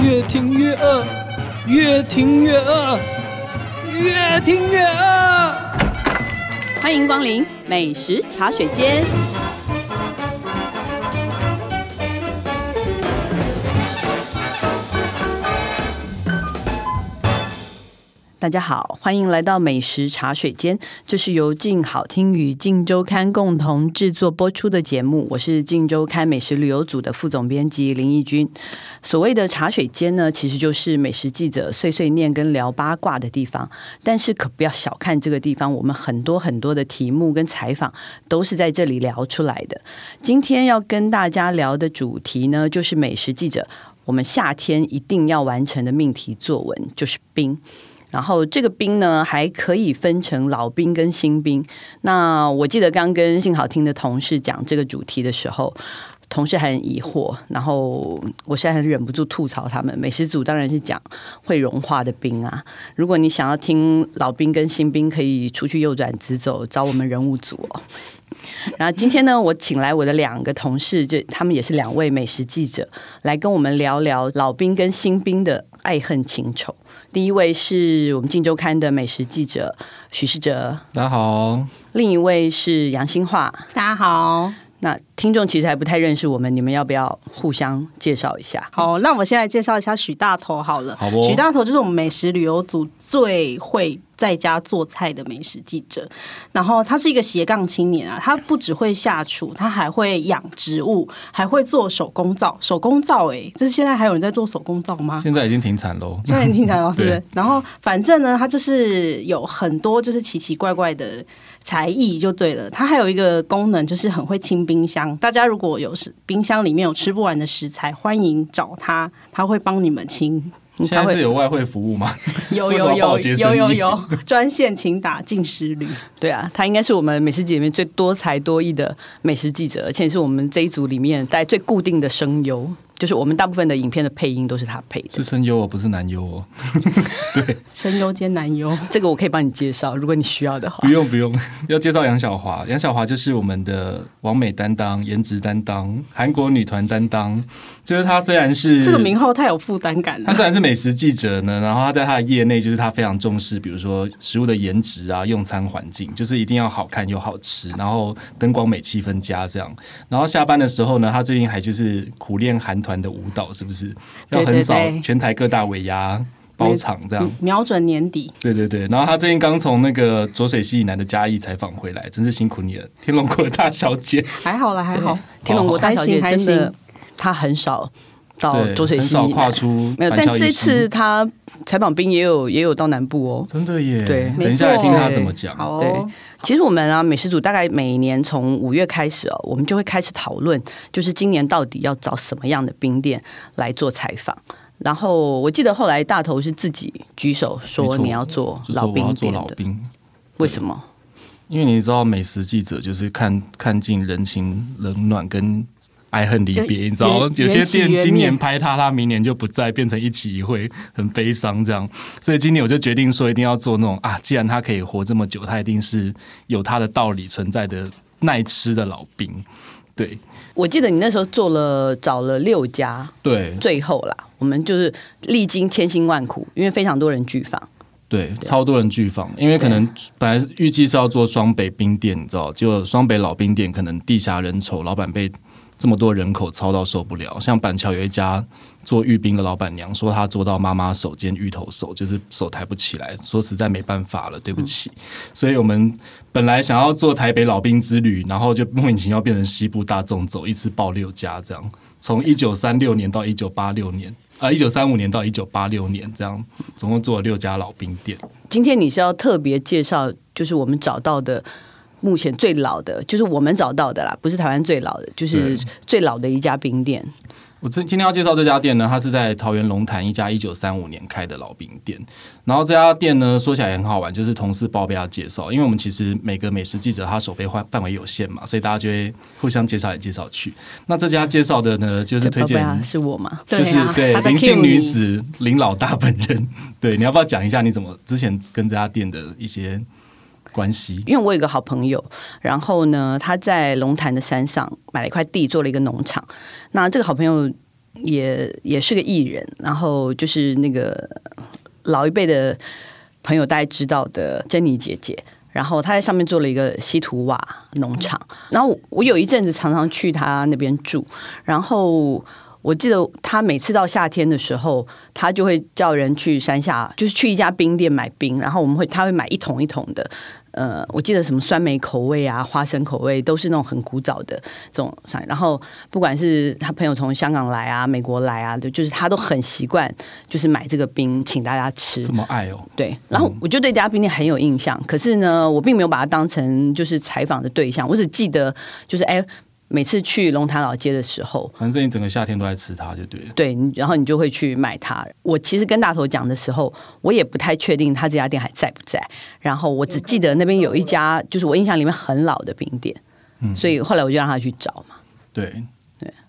越听越饿，越听越饿，越听越饿。欢迎光临美食茶水间。大家好，欢迎来到美食茶水间，这是由静好听与静周刊共同制作播出的节目。我是静周刊美食旅游组的副总编辑林义君。所谓的茶水间呢，其实就是美食记者碎碎念跟聊八卦的地方。但是可不要小看这个地方，我们很多很多的题目跟采访都是在这里聊出来的。今天要跟大家聊的主题呢，就是美食记者我们夏天一定要完成的命题作文，就是冰。然后这个冰呢，还可以分成老冰跟新冰。那我记得刚跟幸好听的同事讲这个主题的时候，同事还很疑惑，然后我现在很忍不住吐槽他们。美食组当然是讲会融化的冰啊，如果你想要听老兵跟新兵，可以出去右转直走，找我们人物组哦。然后今天呢，我请来我的两个同事，就他们也是两位美食记者，来跟我们聊聊老兵跟新兵的爱恨情仇。第一位是我们《镜周刊》的美食记者许世哲，大家好，另一位是杨新化。大家好，那听众其实还不太认识我们，你们要不要互相介绍一下？好，那我先来介绍一下许大头好了。好不许大头就是我们美食旅游组最会在家做菜的美食记者，然后他是一个斜杠青年啊，他不只会下厨，他还会养植物，还会做手工皂。手工皂、欸，哎，这现在还有人在做手工皂吗？现在已经停产 喽。现在你听起来哦，是不是对？然后反正呢，他就是有很多就是奇奇怪怪的才艺就对了。它还有一个功能就是很会清冰箱，大家如果有是冰箱里面有吃不完的食材，欢迎找他，他会帮你们清。嗯现他在是会有外汇服务吗？有为什么有要帮有我接有生意有有，专线请打进食旅。对啊，他应该是我们美食界里面最多才多艺的美食记者，而且是我们这一组里面带最固定的声优，就是我们大部分的影片的配音都是他配的。是声优哦，不是男优哦。声优兼男 优，嗯这个我可以帮你介绍，如果你需要的话不。用不 用，要介绍杨小华。杨小华就是我们的完美担当、颜值担当、韩国女团担当。就是她虽然是这个名号太有负担感他了。虽然是美食记者呢，然后他在他的业内就是他非常重视，比如说食物的颜值啊、用餐环境，就是一定要好看又好吃，然后灯光美、气氛佳这样。然后下班的时候呢，他最近还就是苦练韩团的舞蹈，是不是要横扫对对对全台各大尾牙包场这样？瞄准年底，对对对，然后他最近刚从那个浊水溪以南的嘉义采访回来，真是辛苦你了，天龙国的大小姐。还好啦，还好。天龙国大小姐还真行的，她很少到哦对，哦浊水很溪少以南跨出没有，板但桥以这西次她采访兵也有也有到南部哦。真的耶，对等一下来听没错他怎么讲。好对哦，其实我们啊，美食组大概每年从五月开始哦，我们就会开始讨论，就是今年到底要找什么样的冰店来做采访。然后我记得后来大头是自己举手没说错你要做就老说我要兵做店老的，兵，为什么？因为你知道美食记者就是看看尽人情冷暖跟爱恨离别，你知道有缘些缘起店缘今年灭拍他，他明年就不在，变成一期一会，很悲伤这样。所以今年我就决定说，一定要做那种啊，既然他可以活这么久，他一定是有他的道理存在的耐吃的老兵。对我记得你那时候做了找了六家，对最后啦，我们就是历经千辛万苦，因为非常多人拒访。对，超多人拒访，因为可能本来预计是要做双北冰店，你知道，结果双北老冰店可能地狭人稠，老板被这么多人口操到受不了。像板桥有一家做玉冰的老板娘说，她做到妈妈手兼芋头手，就是手抬不起来，说实在没办法了，对不起。所以我们本来想要做台北老兵之旅，然后就莫名其妙变成西部大众走，一次报六家这样，从一九三六年到一九八六年。啊，一九三五年到一九八六年，这样总共做了六家老兵店。今天你是要特别介绍，就是我们找到的目前最老的，就是我们找到的啦，不是台湾最老的，就是最老的一家冰店。我今今天要介绍这家店呢，它是在桃园龙潭一家一九三五年开的老兵店。然后这家店呢，说起来也很好玩，就是同事报备要介绍，因为我们其实每个美食记者他手背范范围有限嘛，所以大家就会互相介绍来介绍去。那这家介绍的呢，就是推荐啊，是我吗？对就是啊对他在林 cue 姓你女子林老大本人。 对，你要不要讲一下你怎么之前跟这家店的一些关系？因为我有一个好朋友，然后呢，他在龙潭的山上买了一块地，做了一个农场。那这个好朋友也也是个艺人，然后就是那个老一辈的朋友大概知道的珍妮姐姐。然后她在上面做了一个西图瓦农场，然后我我有一阵子常常去她那边住，然后我记得她每次到夏天的时候，她就会叫人去山下，就是去一家冰店买冰，然后我们会她会买一桶一桶的，呃，我记得什么酸梅口味啊、花生口味，都是那种很古早的这种上。然后不管是他朋友从香港来啊、美国来啊，就就是他都很习惯，就是买这个冰请大家吃这。么爱哦，对，然后我就对这家冰店很有印象，可是呢，我并没有把它当成就是采访的对象，我只记得就是哎，每次去龙潭老街的时候，反正你整个夏天都在吃它就对了。对，你然后你就会去买它。我其实跟大头讲的时候，我也不太确定他这家店还在不在。然后我只记得那边有一家，就是我印象里面很老的冰店，嗯所以后来我就让他去找嘛。对对。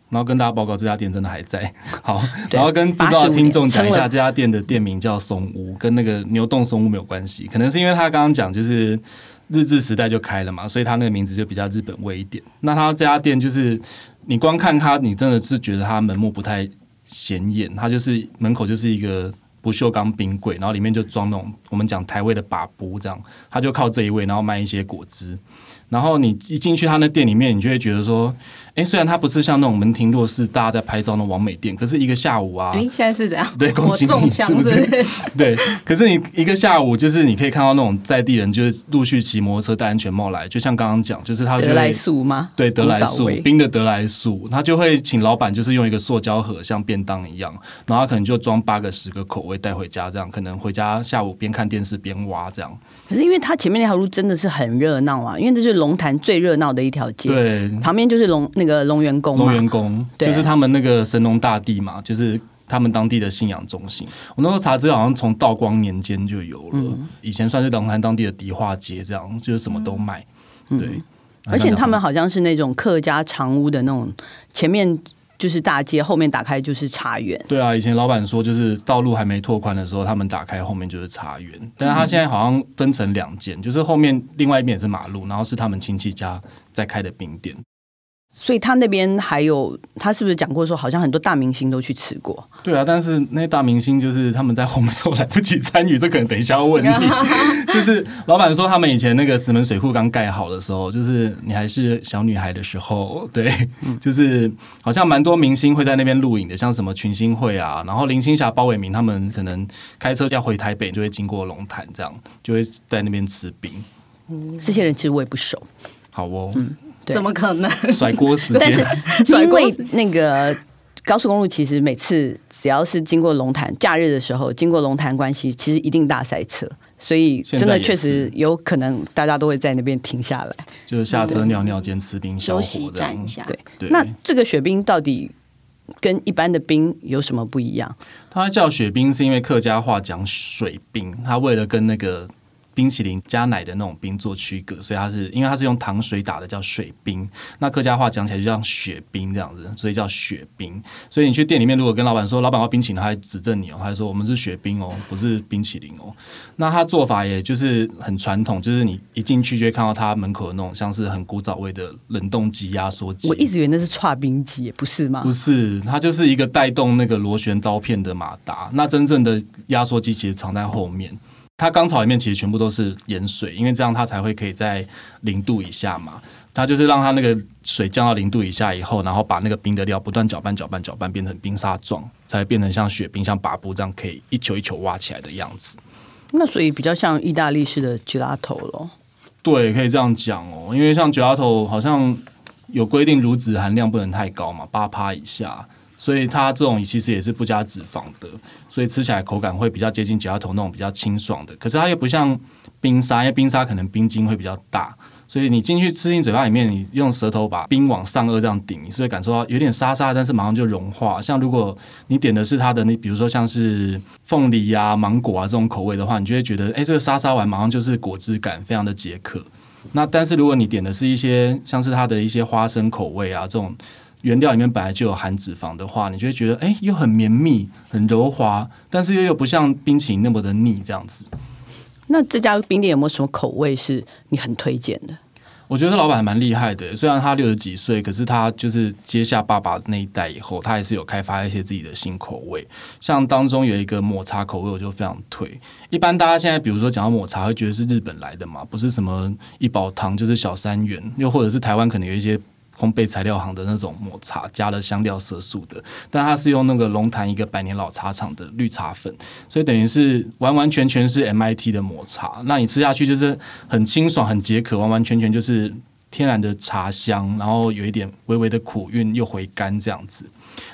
然后跟大家报告，这家店真的还在。 好，然后跟不知道的听众讲一下， 85年这家店的店名叫松屋，跟那个牛洞松屋没有关系，可能是因为他刚刚讲就是日治时代就开了嘛，所以他那个名字就比较日本味一点。那他这家店就是你光看它，你真的是觉得它门目不太显眼，它就是门口就是一个不锈钢冰柜，然后里面就装那种我们讲台味的把布这样，他就靠这一位，然后卖一些果汁。然后你一进去他那店里面，你就会觉得说，哎，虽然它不是像那种门庭若市大家在拍照的完美店，可是一个下午啊，哎，现在是怎样？对我恭喜你中枪是不是是不是？ 对，可是你一个下午，就是你可以看到那种在地人，就是陆续骑摩托车戴安全帽来，就像刚刚讲，就是他就德会来素吗？对德来古早素味冰的德来素，他就会请老板就是用一个塑胶盒，像便当一样，然后他可能就装八个十个口味带回家，这样可能回家下午边看电视边挖这样。可是因为它前面那条路真的是很热闹啊，因为这是龙潭最热闹的一条街，对，旁边就是龙那个龙源宫龙嘛。源宫对啊就是他们那个神农大帝嘛，就是。他们当地的信仰中心，我那时候查资料，好像从道光年间就有了，嗯以前算是龙潭当地的迪化街，这样就是什么都卖。嗯对，而且他们好好啊像是那种客家长屋的那种，前面就是大街，后面打开就是茶园。对啊，以前老板说就是道路还没拓宽的时候，他们打开后面就是茶园，但是他现在好像分成两间，就是后面另外一边也是马路，然后是他们亲戚家在开的冰店。所以他那边还有，他是不是讲过说，好像很多大明星都去吃过？对啊，但是那些大明星就是他们在红的时候来不及参与，这可能等一下要 问你。就是老板说他们以前那个石门水库刚盖好的时候，就是你还是小女孩的时候，对，嗯就是好像蛮多明星会在那边录影的，像什么群星会啊，然后林青霞、包伟明他们可能开车要回台北，就会经过龙潭，这样就会在那边吃冰。这些人其实我也不 熟，好哦，对怎么可能？甩锅 时但是 间。因为那个高速公路，其实每次只要是经过龙潭，假日的时候经过龙潭关系，其实一定大塞车，所以现真在的也确是实有可能大家都会在那边停下来。就是下车尿尿兼吃冰消休火息这样站一。下，对，对那这个雪冰到底跟一般的冰有什么不一样？它叫雪冰是因为客家话讲水冰，它为了跟那个冰淇淋加奶的那种冰做区隔，所以它是因为它是用糖水打的叫水冰。那客家话讲起来就像雪冰这样子，所以叫雪冰。所以你去店里面如果跟老板说老板要冰淇淋，他还指正你哦，他还说我们是雪冰哦，不是冰淇淋哦。那他做法也就是很传统，就是你一进去就会看到他门口的那种像是很古早味的冷冻机、压缩啊机。我一直以为那是串冰机，不是吗不？是，它就是一个带动那个螺旋刀片的马达。那真正的压缩机其实藏在后面。它钢槽里面其实全部都是盐水，因为这样它才会可以在零度以下嘛。它就是让它那个水降到零度以下以后，然后把那个冰的料不断搅拌、搅拌、搅拌，变成冰沙状，才会变成像雪冰、像拔布这样可以一球一球挖起来的样子。那所以比较像意大利式的 gelato 咯。对，可以这样讲哦，因为像九丫头好像有规定乳脂含量不能太高嘛，八趴以下，所以它这种其实也是不加脂肪的，所以吃起来口感会比较接近九丫头那种比较清爽的。可是它又不像冰沙，因为冰沙可能冰晶会比较大，所以你进去吃进嘴巴里面，你用舌头把冰往上颚这样顶，你是会感受到有点沙沙，但是马上就融化。像如果你点的是它的，你比如说像是凤梨啊、芒果啊这种口味的话，你就会觉得，哎，这个沙沙完马上就是果汁感，非常的解渴。那但是如果你点的是一些像是它的一些花生口味啊这种原料里面本来就有含脂肪的话，你就会觉得，哎，又很绵密、很柔滑，但是又又不像冰淇淋那么的腻这样子。那这家冰店有没有什么口味是你很推荐的？我觉得老板还蛮厉害的，虽然他六十几岁，可是他就是接下爸爸那一代以后，他还是有开发一些自己的新口味。像当中有一个抹茶口味，我就非常推。一般大家现在比如说讲到抹茶，会觉得是日本来的嘛，不是什么一宝堂就是小三元，又或者是台湾可能有一些烘焙材料行的那种抹茶，加了香料色素的，但它是用那个龙潭一个百年老茶厂的绿茶粉，所以等于是完完全全是 MIT 的抹茶。那你吃下去就是很清爽、很解渴，完完全全就是天然的茶香，然后有一点微微的苦韵又回甘这样子。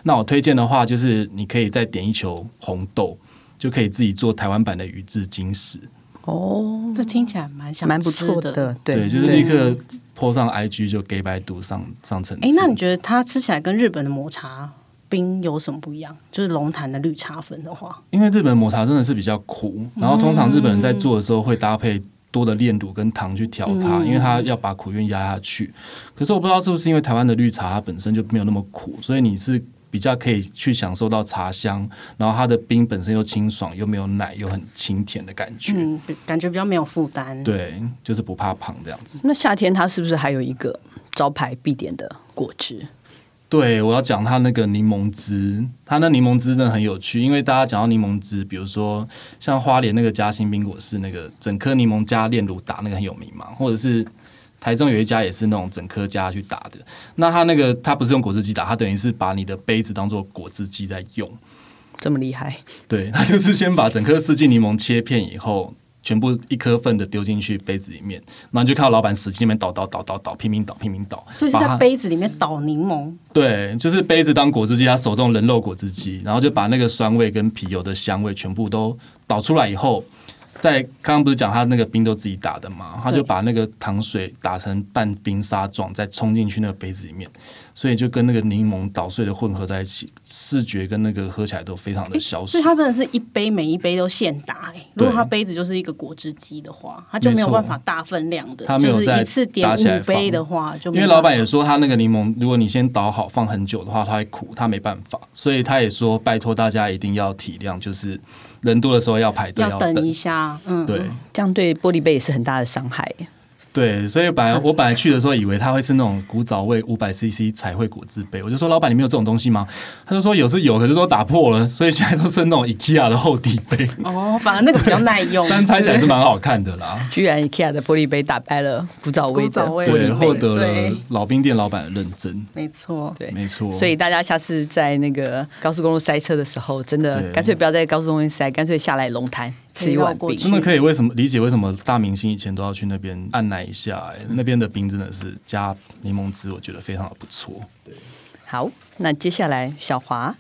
那我推荐的话，就是你可以再点一球红豆，就可以自己做台湾版的宇治金石。哦，这听起来蛮想蛮不吃错的。的，对，就是立刻泼上 IG 就 gay 白读上上层次。哎，那你觉得它吃起来跟日本的抹茶冰有什么不一样？就是龙潭的绿茶粉的话，因为日本抹茶真的是比较苦，然后通常日本人在做的时候会搭配多的炼乳跟糖去调它，因为它要把苦韵压下去。可是我不知道是不是因为台湾的绿茶它本身就没有那么苦，所以你是比较可以去享受到茶香，然后它的冰本身又清爽，又没有奶，又很清甜的感觉。嗯，感觉比较没有负担。对，就是不怕胖这样子。那夏天它是不是还有一个招牌必点的果汁？对，我要讲它那个柠檬汁，它那柠檬汁真的很有趣，因为大家讲到柠檬汁，比如说像花莲那个嘉兴冰果室那个整颗柠檬加炼乳打那个很有名嘛，或者是台中有一家也是那种整颗加去打的，那它那个它不是用果汁机打，它等于是把你的杯子当做果汁机在用，这么厉害，对，它就是先把整颗四季柠檬切片以后。全部一颗份的丢进去杯子里面，然后你就看到老板使劲那边倒倒倒倒倒，拼命倒拼命倒，所以是把在它杯子里面倒柠檬，对，就是杯子当果汁机，它手动人肉果汁机，然后就把那个酸味跟皮油的香味全部都倒出来以后，在刚刚不是讲他那个冰都自己打的嘛，他就把那个糖水打成半冰沙状，再冲进去那个杯子里面，所以就跟那个柠檬捣碎的混合在一起，视觉跟那个喝起来都非常的消暑所以。它真的是一杯每一杯都现打、欸。如果对它杯子就是一个果汁机的话，它就没有没错办法大分量的，它没有就是在一次点打起来五放杯的话，就没因为办法老板也说，他那个柠檬，如果你先捣好放很久的话，它会苦，他没办法，所以他也说拜托大家一定要体谅，就是人多的时候要排队，要等一下，嗯，对，这样对玻璃杯也是很大的伤害耶。对，所以本 来我本来去的时候以为他会是那种古早味五百 CC 彩绘果汁杯，我就说老板你们有这种东西吗？他就说有是有，可是都打破了，所以现在都是那种 IKEA 的厚底 杯，哦，反而那个比较耐 ，用但拍起来对是蛮好看的啦。居然 IKEA 的玻璃杯打败了古早味古的早味对，的获得对了老兵店老板的认真，没错，对，没错。所以大家下次在那个高速公路塞车的时候，真的对干脆不要在高速公路塞，干脆下来龙潭吃一碗可以绕过冰去。真的可以为什么理解为什么大明星以前都要去那边按奶一下、欸嗯那边的冰真的是加柠檬汁，我觉得非常的不错。好，那接下来小华，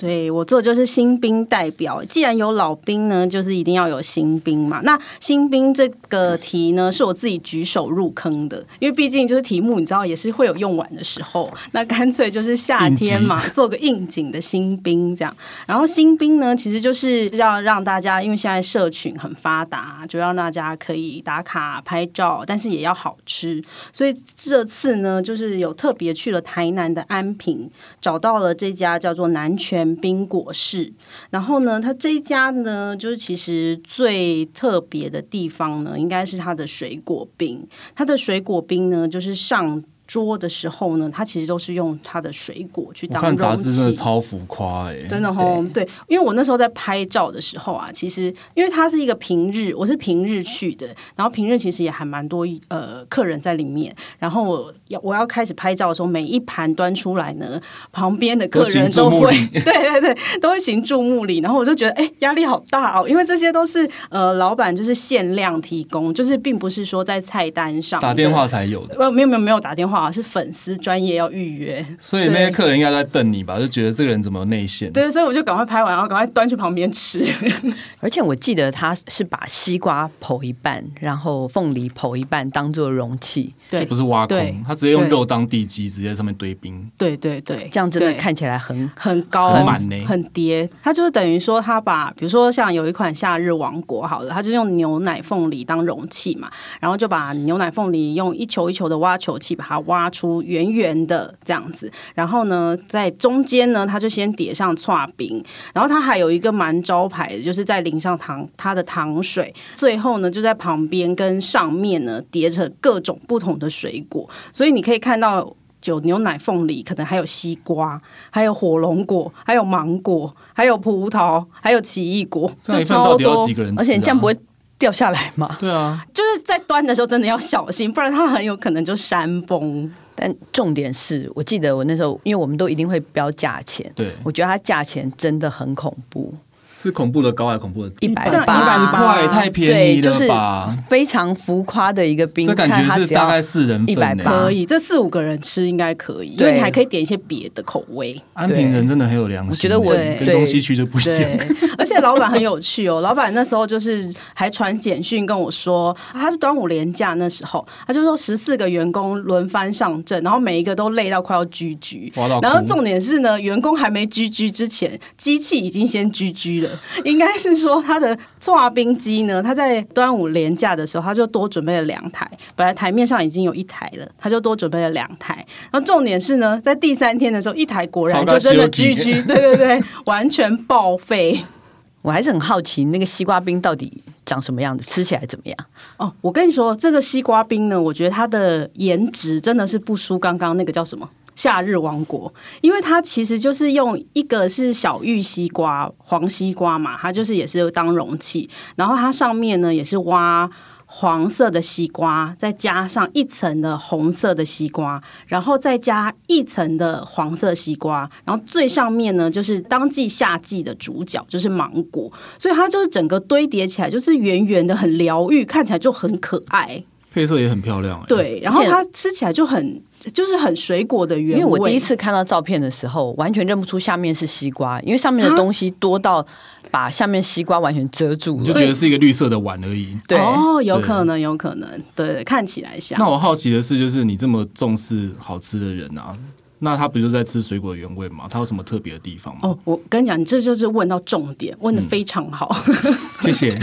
对我做的就是新兵代表，既然有老兵呢，就是一定要有新兵嘛。那新兵这个题呢，是我自己举手入坑的，因为毕竟就是题目，你知道也是会有用完的时候，那干脆就是夏天嘛，做个应景的新兵这样。然后新兵呢，其实就是要让大家，因为现在社群很发达，就让大家可以打卡拍照，但是也要好吃。所以这次呢，就是有特别去了台南的安平，找到了这家叫做南泉冰果室。然后呢，它这一家呢，就是其实最特别的地方呢，应该是它的水果冰。它的水果冰呢，就是上。桌的时候呢，它其实都是用它的水果去我当看容器。杂志真的超浮夸哎、欸真的吼，对，因为我那时候在拍照的时候啊，其实因为它是一个平日，我是平日去的，然后平日其实也还蛮多呃客人在里面，然后我要我要开始拍照的时候，每一盘端出来呢，旁边的客人都都会行，对对对，都会行注目礼，然后我就觉得哎压力好大哦，因为这些都是呃老板就是限量提供，就是并不是说在菜单上打的电。话才有的。呃，没有没有没有打电话，是粉丝专业要预约，所以那些对客人应该都在瞪你吧，就觉得这个人怎么有内线？对，所以我就赶快拍完，然后赶快端去旁边吃。 而且我记得他是把西瓜剖一半，然后凤梨剖一半当做容器，对这不是挖对空，他直接用对肉当地基，直接在上面堆冰。对对对，这样真的对看起来很很高，很满呢很叠。它就是等于说，它把比如说像有一款夏日王国好了，它就用牛奶凤梨当容器嘛，然后就把牛奶凤梨用一球一球的挖球器把它挖出圆圆的这样子，然后呢，在中间呢，他就先叠上串冰，然后他还有一个蛮招牌的，就是在淋上糖它的糖水，最后呢就在旁边跟上面呢叠着各种不同的水果，所以你可以看到。有牛奶凤梨，可能还有西瓜，还有火龙果，还有芒果，还有葡萄，还有奇异果，这样就一份超到底要多几。个人吃、啊？而且你这样不会掉下来吗？对啊，就是在端的时候真的要小心，不然它很有可能就山崩。但重点是我记得我那时候，因为我们都一定会标价钱，对，我觉得它价钱真的很恐怖，是恐怖的高还是恐怖的低？一百这样十180八，块太便对，宜就了是吧？非常浮夸的一个冰，这感看它觉只是要大概四人份180呢吧可以，这四五个人吃应该可以，因对为你还可以点一些别的口味。安平人真的很有良心，我觉得我跟中西区就不一 对样。，而且老板很有趣哦。 老板那时候就是还传简讯跟我说，啊他是端午连假那时候，他就说十四个员工轮番上阵，然后每一个都累到快要居居哇到。哭然后重点是呢，员工还没居居之前，机器已经先居居了。应该是说他的搓冰机呢，他在端午连假的时候，他就多准备了两台，本来台面上已经有一台了，他就多准备了两台。然后重点是呢，在第三天的时候，一台果然就真的居居，对对对，完全报废。我还是很好奇那个西瓜冰到底长什么样子，吃起来怎么样？哦，我跟你说，这个西瓜冰呢，我觉得它的颜值真的是不输刚刚那个叫什么《夏日王国》，因为它其实就是用一个是小玉西瓜、黄西瓜嘛，它就是也是当容器，然后它上面呢也是挖。黄色的西瓜，再加上一层的红色的西瓜，然后再加一层的黄色西瓜，然后最上面呢就是当季夏季的主角，就是芒果。所以它就是整个堆叠起来，就是圆圆的，很疗愈，看起来就很可爱。配色也很漂亮、欸，，嗯对，然后它吃起来就很就是很水果的原因味。为我第一次看到照片的时候，完全认不出下面是西瓜，因为上面的东西多到把下面西瓜完全遮住你就了。觉得是一个绿色的碗而已。对，哦，有可能，有可能，对，看起来像那。我好奇的是，就是你这么重视好吃的人啊，那他不就在吃水果原味吗？他有什么特别的地方吗？哦，我跟你讲，你这就是问到重点，问嗯的非常好。谢 谢。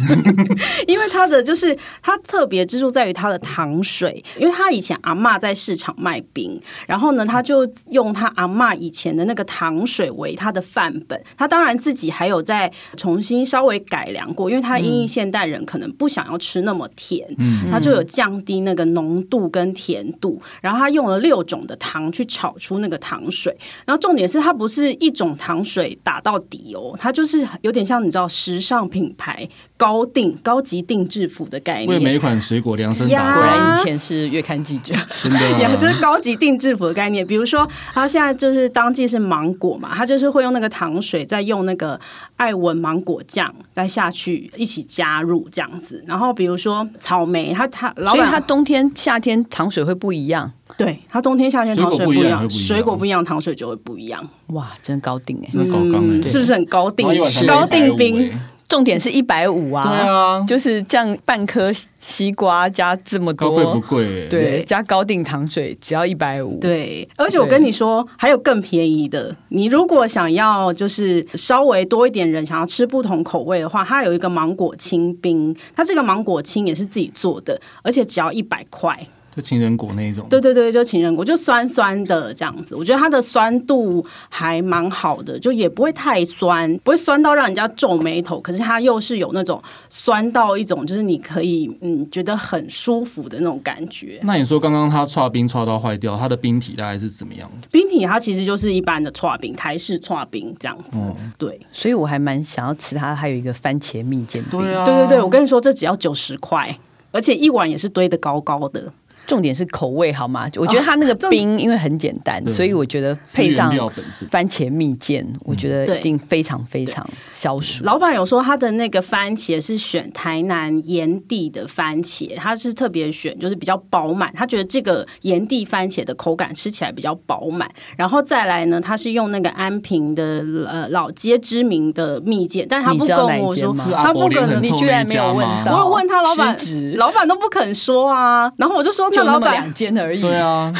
因为它的就是它特别之处在于它的糖水，因为它以前阿嬷在市场卖冰，然后呢，他就用他阿嬷以前的那个糖水为他的范本。他当然自己还有在重新稍微改良过，因为他因应现代人可能不想要吃那么甜，他就有降低那个浓度跟甜度，然后他用了六种的糖去炒出那个糖水。然后重点是它不是一种糖水打到底哦，它就是有点像你知道时尚品牌高定高级定制服的概为念。每一款水果量身打果造，然以前是月刊记者，真的、 呀，就啊。是高级定制服的概念。比如说，它现在就是当季是芒果嘛，它就是会用那个糖水，再用那个爱文芒果酱，再下去一起加入这样子。然后比如说草莓，它它老所以板它冬天、夏天糖水会不一样。对它冬天夏天糖水水果不一样会样，不一样水果不一样，糖水就会不一样，哇，真高定哎！真的搞刚哎、嗯，是不是很高定然后一碗才？高定150冰欸。重点是一百五啊，对啊就是这样半颗西瓜加这么高多，贵不贵、欸？对，对加高定糖水只要一百五，对，而且我跟你说，还有更便宜的。你如果想要就是稍微多一点人想要吃不同口味的话，它有一个芒果清冰，它这个芒果清也是自己做的，而且只要一百块。就情人果那一种。对对对，就情人果，就酸酸的这样子。我觉得它的酸度还蛮好的，就也不会太酸，不会酸到让人家皱眉头。可是它又是有那种酸到一种，就是你可以嗯觉得很舒服的那种感觉。那你说刚刚他刷冰刷到坏掉，它的冰体大概是怎么样的？冰体它其实就是一般的搓冰，台式搓冰这样子。嗯对所以我还蛮想要吃它。还有一个番茄蜜饯冰，对啊，对对对，我跟你说，这只要九十块。而且一碗也是堆得高高嗯的，重点是口味好吗？我觉得它那个冰因为很简单，所以我觉得配上是原料本身嗯番茄蜜饯，我觉得对一定非常非常消暑。老板有说他的那个番茄是选台南炎地的番茄，他是特别选就是比较饱满，他觉得这个炎地番茄的口感吃起来比较饱满。然后再来呢，他是用那个安平的呃老街知名的蜜饯，但是他你不知道哪跟一我间说，吗是他阿不伯可脸能很你臭居那然一没有家问吗？到我有问他老板失职，老板都不肯说啊。然后我就说，那就老那么板两间而已。对啊，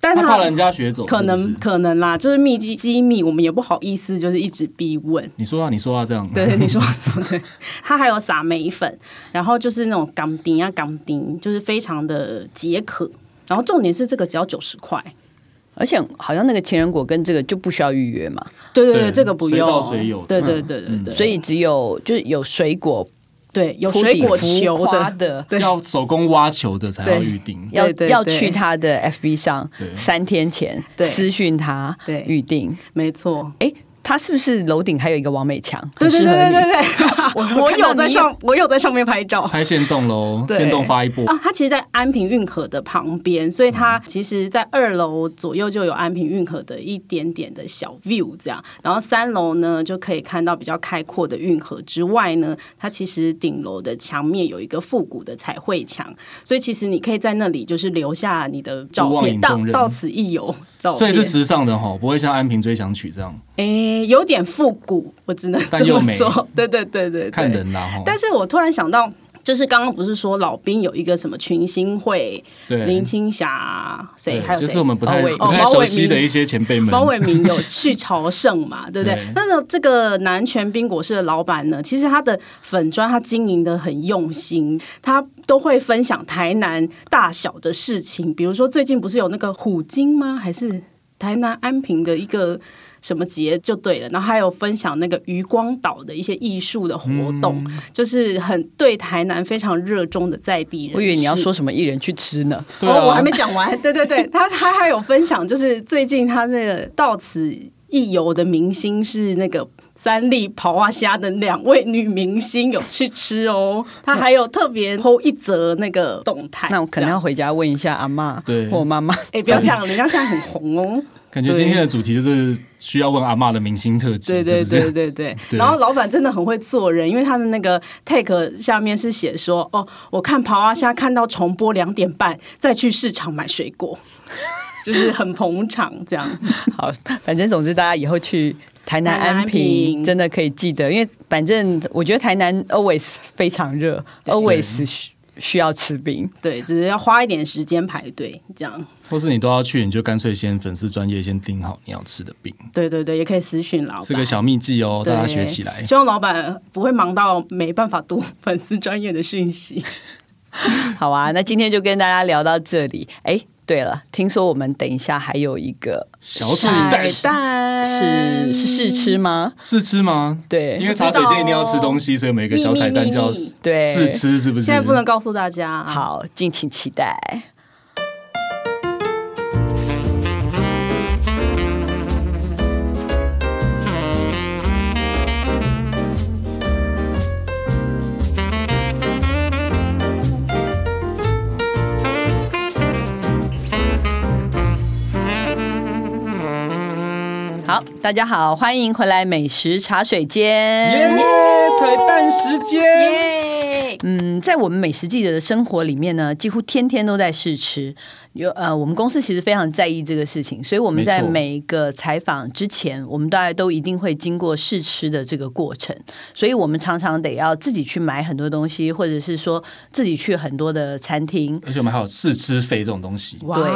但他他怕人家学走，可是能不是可能啦，就是密机机密，我们也不好意思，就是一直逼问。你说啊，你说啊，这样对，你 说对，它还有撒眉粉，然后就是那种港丁啊港丁，就是非常的解渴。然后重点是这个只要九十块，而且好像那个情人果跟这个就不需要预约嘛，对对对，对这个不随到用，随有的对对嗯对对对，所以只有就是有水果对有铺水底果浮球夸的，的，对要手工挖球的才要对预定。要对对要对去他的 FB 上对三天前对私讯他对预定，没错，哎，他是不是楼顶还有一个王美强？对很对适对合对你对对，我我看到有在你上，我有在上面拍照。拍线动喽，对线动发一波。嗯啊，它其实，在安平运河的旁边，所以它其实，在二楼左右就有安平运河的一点点的小 view 这样，然后三楼呢就可以看到比较开阔的运河之外呢，它其实顶楼的墙面有一个复古的彩绘墙，所以其实你可以在那里就是留下你的照勿忘片，影到中人到此一游照片，所以是时尚的哈，不会像安平追想曲这样诶、有点复古，我只能但这又么美说， 对对对对对，看人啦哈。但是我突然想到，就是刚刚不是说老兵有一个什么群星会，对林青霞谁对还有就谁？是我们不太哦伟不太哦熟悉王伟的明一些前辈们。包伟明有去朝圣 嘛，对不对对？但是这个南泉冰果室的老板呢，其实他的粉砖他经营的很用心，他都会分享台南大小的事情，比如说最近不是有那个虎鲸吗？还是台南安平的一个。什么节就对了，然后还有分享那个渔光岛的一些艺术的活动，嗯就是很对台南非常热衷的在地人士。我以为你要说什么一人去吃呢，对啊哦，我还没讲完。对对对，他他还有分享，就是最近他那个到此一游的明星是那个三立刨蛙虾的两位女明星有去吃哦。他还有特别 PO 一则那个动态，那我可能要回家问一下阿妈对或我妈妈。 哎、不要讲，人家现在很红哦。感觉今天的主题就是需要问阿嬷的明星特辑，对对是不对是对对。对然后老板真的很会做人，因为他的那个 take 下面是写说，哦，我看刨蛙虾看到重播两点半，再去市场买水果， 就是很捧场这样。好，反正总之大家以后去台南台南安安平平真的可以记得，因为反正我觉得台南 always 非常热，always 需需要吃冰。对，只是要花一点时间排队，这样。或是你都要去，你就干脆先粉丝专业先定好你要吃的饼，对对对，也可以私讯老板。是个小秘技哦，对大家学起来。希望老板不会忙到没办法读粉丝专业的 讯息。好啊，那今天就跟大家聊到这里。哎，对了，听说我们等一下还有一个小彩哎蛋是蛋是试吃吗？试吃吗？对因为茶水间一定要吃东西，所以每个小彩蛋叫秘密秘密对试吃，是不是？现在不能告诉大家。，好，敬请期待。好，大家好，欢迎回来美食茶水间。耶！彩蛋时间，耶！嗯，在我们美食记者的生活里面呢，几乎天天都在试吃。有呃，我们公司其实非常在意这个事情，所以我们没在错每一个采访之前，我们大概都一定会经过试吃的这个过程。所以我们常常得要自己去买很多东西，或者是说自己去很多的餐厅。而且我们还有试吃费这种东西，对，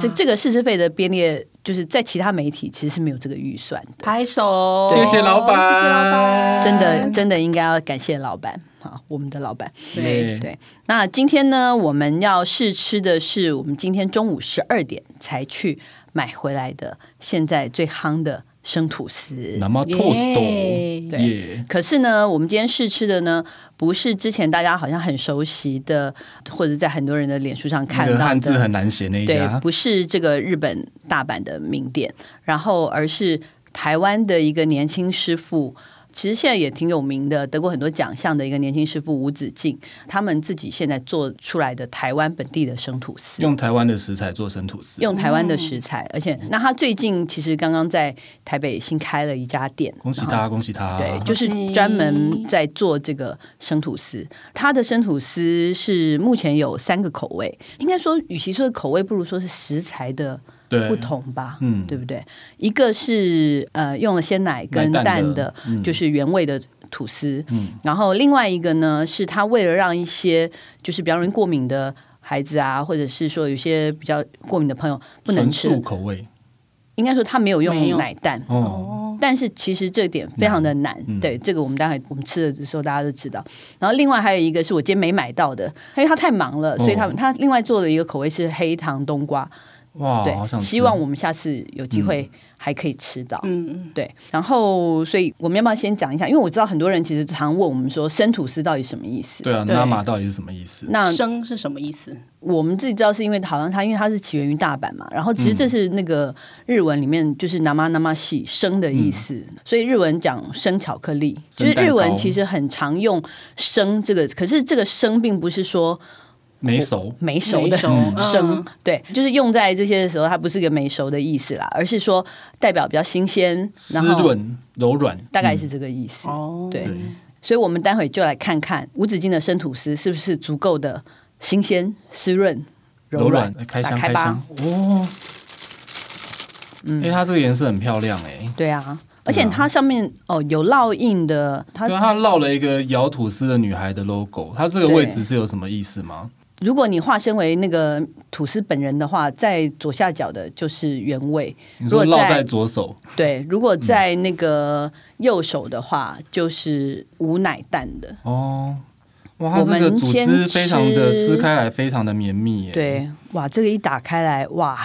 这这个试吃费的编列，就是在其他媒体其实是没有这个预算的。拍手，谢谢老板谢谢老板，真嗯的真的应该要感谢老板啊，我们的老板。对。耶对，那今天呢，我们要试吃的是我们今天中午十二点才去买回来的，现在最夯的生吐司。那么 toast 耶对耶，可是呢，我们今天试吃的呢，不是之前大家好像很熟悉的，或者在很多人的脸书上看那到个的汉字很难写那一对，家，不是这个日本大阪的名店，然后而是台湾的一个年轻师傅。其实现在也挺有名的，得过很多奖项的一个年轻师傅吴子敬，他们自己现在做出来的台湾本地的生吐司，用台湾的食材做生吐司，用台湾的食材，而且那他最近其实刚刚在台北新开了一家店，恭喜啊他，啊恭喜他，对，就是专门在做这个生吐司。它的生吐司是目前有三个口味，应该说，与其说是口味，不如说是食材的对不同吧，嗯对不对？一个是呃用了鲜奶跟奶蛋蛋的，的嗯就是原味的吐司，然后另外一个呢是它为了让一些就是比较容易过敏的。孩子啊，或者是说有些比较过敏的朋友不能纯吃素口味，应该说他没有没用有奶蛋，哦，但是其实这点非常的难，嗯对这个我们待会我们吃的时候大家都知道。然后另外还有一个是我今天没买到的，因为他太忙哦了，所以他们、他另外做了一个口味是黑糖冬瓜，哇，哦好对，想吃嗯希望我们下次有机会还可以吃到。嗯，对，然后所以我们要不要先讲一下？因为我知道很多人其实常问我们说生吐司到底什么意思。对啊，对那马到底是什么意思？那生是什么意思？我们自己知道是因为好像它，因为它是起源于大阪嘛，然后其嗯实这是那个日文里面就是 nama nama 系生的意思，所以日文讲生巧克力，就嗯生是蛋糕日文其实很常用生这个，可是这个生并不是说没熟，没熟的没熟嗯 生嗯，对，就是用在这些的时候，它不是个没熟的意思啦，而是说代表比较新鲜，然湿后润柔软，大概是这个意思。哦对嗯对，所以我们待会就来看看无止境的生吐司是不是足够的新鲜、湿润、嗯柔软软，来。开箱打开吧嗯箱哦。因为它这个颜色很漂亮哎、对啊，而且它上面哦有烙印的，它对啊，它烙了一个咬吐司的女孩的 logo，它这个位置是有什么意思吗？如果你化身为那个吐司本人的话，在左下角的就是原味；你如果说烙在在左手，对，如果在那个右手的话，就是无奶蛋的。哦，哇，它我这个们组先织非常的吃撕开来，非常的绵密耶。，对，哇，这个一打开来，哇，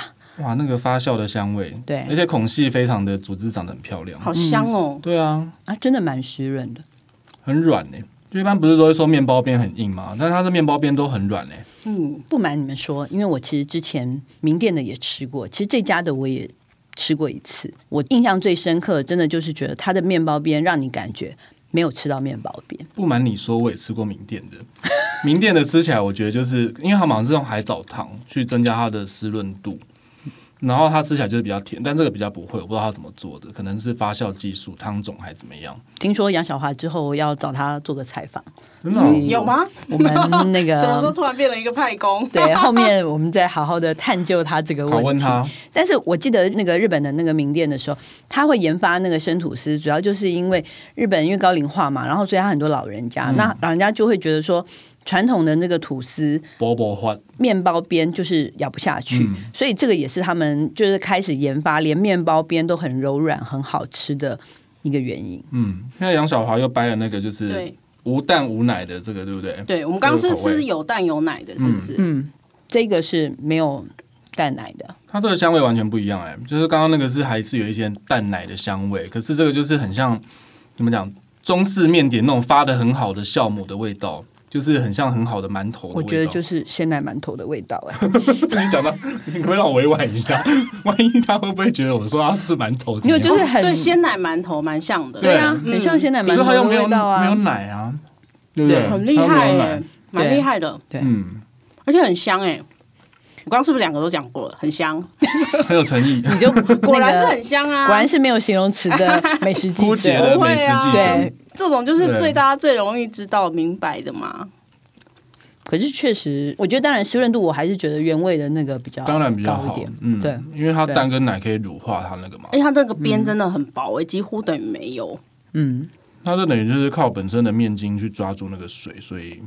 哇，那个发酵的香味，对而且孔隙非常的组织长得很漂亮，好香哦，对啊，啊，真的蛮湿润的。很软呢。就一般不是都会说面包边很硬吗？但是它的面包边都很软呢。欸嗯，不瞒你们说，因为我其实之前名店的也吃过，其实这家的我也吃过一次。我印象最深刻，真的就是觉得它的面包边让你感觉没有吃到面包边。不瞒你说，我也吃过名店 的，名店的吃起来我觉得就是因为它好像是用海藻糖去增加它的湿润度，然后它吃起来就是比较甜，但这个比较不会，我不知道它怎么做的，可能是发酵技术、汤种还怎么样。听说杨小华之后要找他做个采访，真的哦、有吗？我们那个 什么时候突然变了一个派工？对后面我们再好好的探究他这个拷问问题。他，但是我记得那个日本的那个名店的时候，他会研发那个生吐司，主要就是因为日本因为高龄化嘛，然后所以他很多老人家，嗯那老人家就会觉得说。传统的那个吐司波波花面包边就是咬不下去，嗯所以这个也是他们就是开始研发，连面包边都很柔软、很好吃的一个原因。嗯，现在杨小华又掰了那个就是对无蛋无奶的这个，对不对？对，我们刚刚是这个口味吃有蛋有奶的，是不是？嗯，这个是没有蛋奶的，它这个香味完全不一样哎、就是刚刚那个是还是有一些淡奶的香味，可是这个就是很像怎么讲中式面点那种发的很好的酵母的味道，就是很像很好的馒头的味道。我啊觉得就是是鲜奶馒头的味道、哎， 你讲到，你可不可以让我委婉 一下？万一他会不会觉得我说他是馒头怎因为么样？就是很、对，鲜奶馒头蛮像的，对啊，很像鲜奶可馒是头他又的没有味道没有啊。奶啊，对不对？很厉它害又没有耶奶，，蛮厉害的，嗯，而且很香哎。我刚刚是不是两个都讲过了？很香，很有诚意，你 就果果然是很香啊！果然是没有形容词 的美食记 枯竭者。的不会美食啊记者对。这种就是最对大家最容易知道明白的嘛。可是确实，我觉得当然湿润度，我还是觉得原味的那个比较当然比较高一好点，。嗯，对，因为它对蛋跟奶可以乳化它那个嘛，而且它那个边真的很薄欸诶，几乎等于没有，嗯，它就等于就是靠本身的面筋去抓住那个水，所以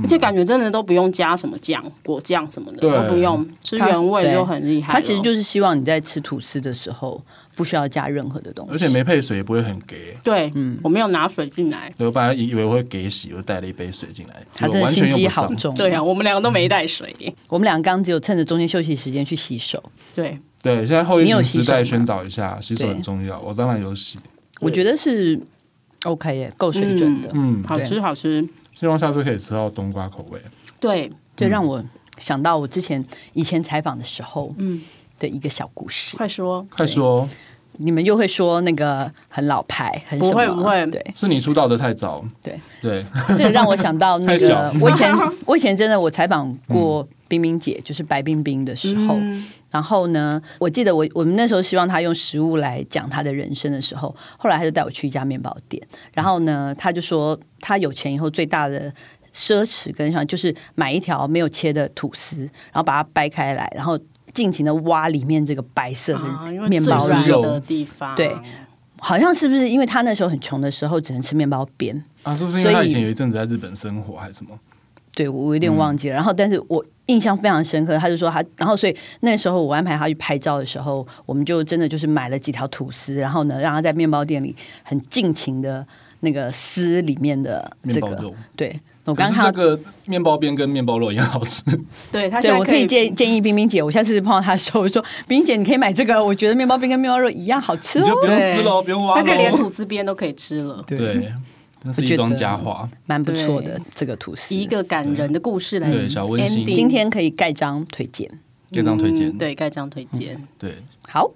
而且感觉真的都不用加什么酱、果酱什么的，嗯对都不用，吃原味它就很厉害了。它其实就是希望你在吃吐司的时候不需要加任何的东西，而且没配水也不会很给。对，嗯我没有拿水进来。对我本来以为会给洗，又带了一杯水进来，它结真果的完心全机用不好上。重。对啊，我们两个都没带水。我们俩刚只有趁着中间休息时间去洗手。对，对，现在后疫你有情洗时手吗代宣导一下，洗手对很重要。我当然有洗，我觉得是 OK 耶，够水准的。嗯，好吃好吃。希望下次可以吃到冬瓜口味。对，这让我想到我之前以前采访的时候，嗯，的一个小故事。快说，快说，你们又会说那个很老牌，很什么不会不会对是你出道的太早，对，对， 这个让我想到那太个小，嗯我以 前我以前真的我采访过冰冰姐，就是白冰冰的时候，嗯然后呢，我记得我我们那时候希望她用食物来讲她的人生的时候，后来她就带我去一家面包店，然后呢，她就说她有钱以后最大的。奢侈跟上就是买一条没有切的吐司，然后把它掰开来，然后尽情的挖里面这个白色啊，因的为面最包是软肉。肉的地方，对好像是不是因为她那时候很穷的时候只能吃面包边？啊，是不是因为所他以以前有一阵子在日本生活还是什么？嗯对我我有点忘记了。然后，但是我印象非常深刻，他就说他，然后所以那时候我安排他去拍照的时候，我们就真的就是买了几条吐司，然后呢，让他在面包店里很尽情的那个撕里面的这面包个肉。对，我我刚刚看这到个面包边跟面包肉一样 好吃，对他现对，在我可以建建议冰冰姐，我下次碰到她的时候，我说冰冰姐，你可以买这个，我觉得面包冰跟面包肉一样好吃你就哦，不用撕喽，不用挖那个连喽。吐司边都可以吃了。 对，那是我一觉桩得佳话。蛮不错的这个吐司。以一个感人的故事来对小温馨 ending 今天可以盖章推荐，给当推荐嗯，对盖章推荐，对，好，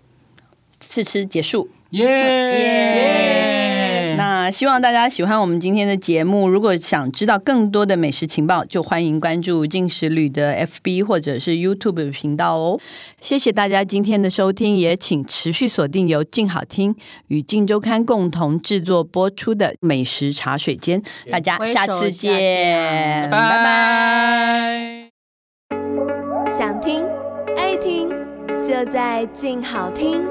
试吃结束。耶！那希望大家喜欢我们今天的节目。如果想知道更多的美食情报，就欢迎关注进食旅的 FB 或者是 YouTube 频道哦。谢谢大家今天的收听，也请持续锁定由静好听与静周刊共同制作播出的美食茶水间。大家下次挥手下见，降拜拜。想听爱听，就在静好听。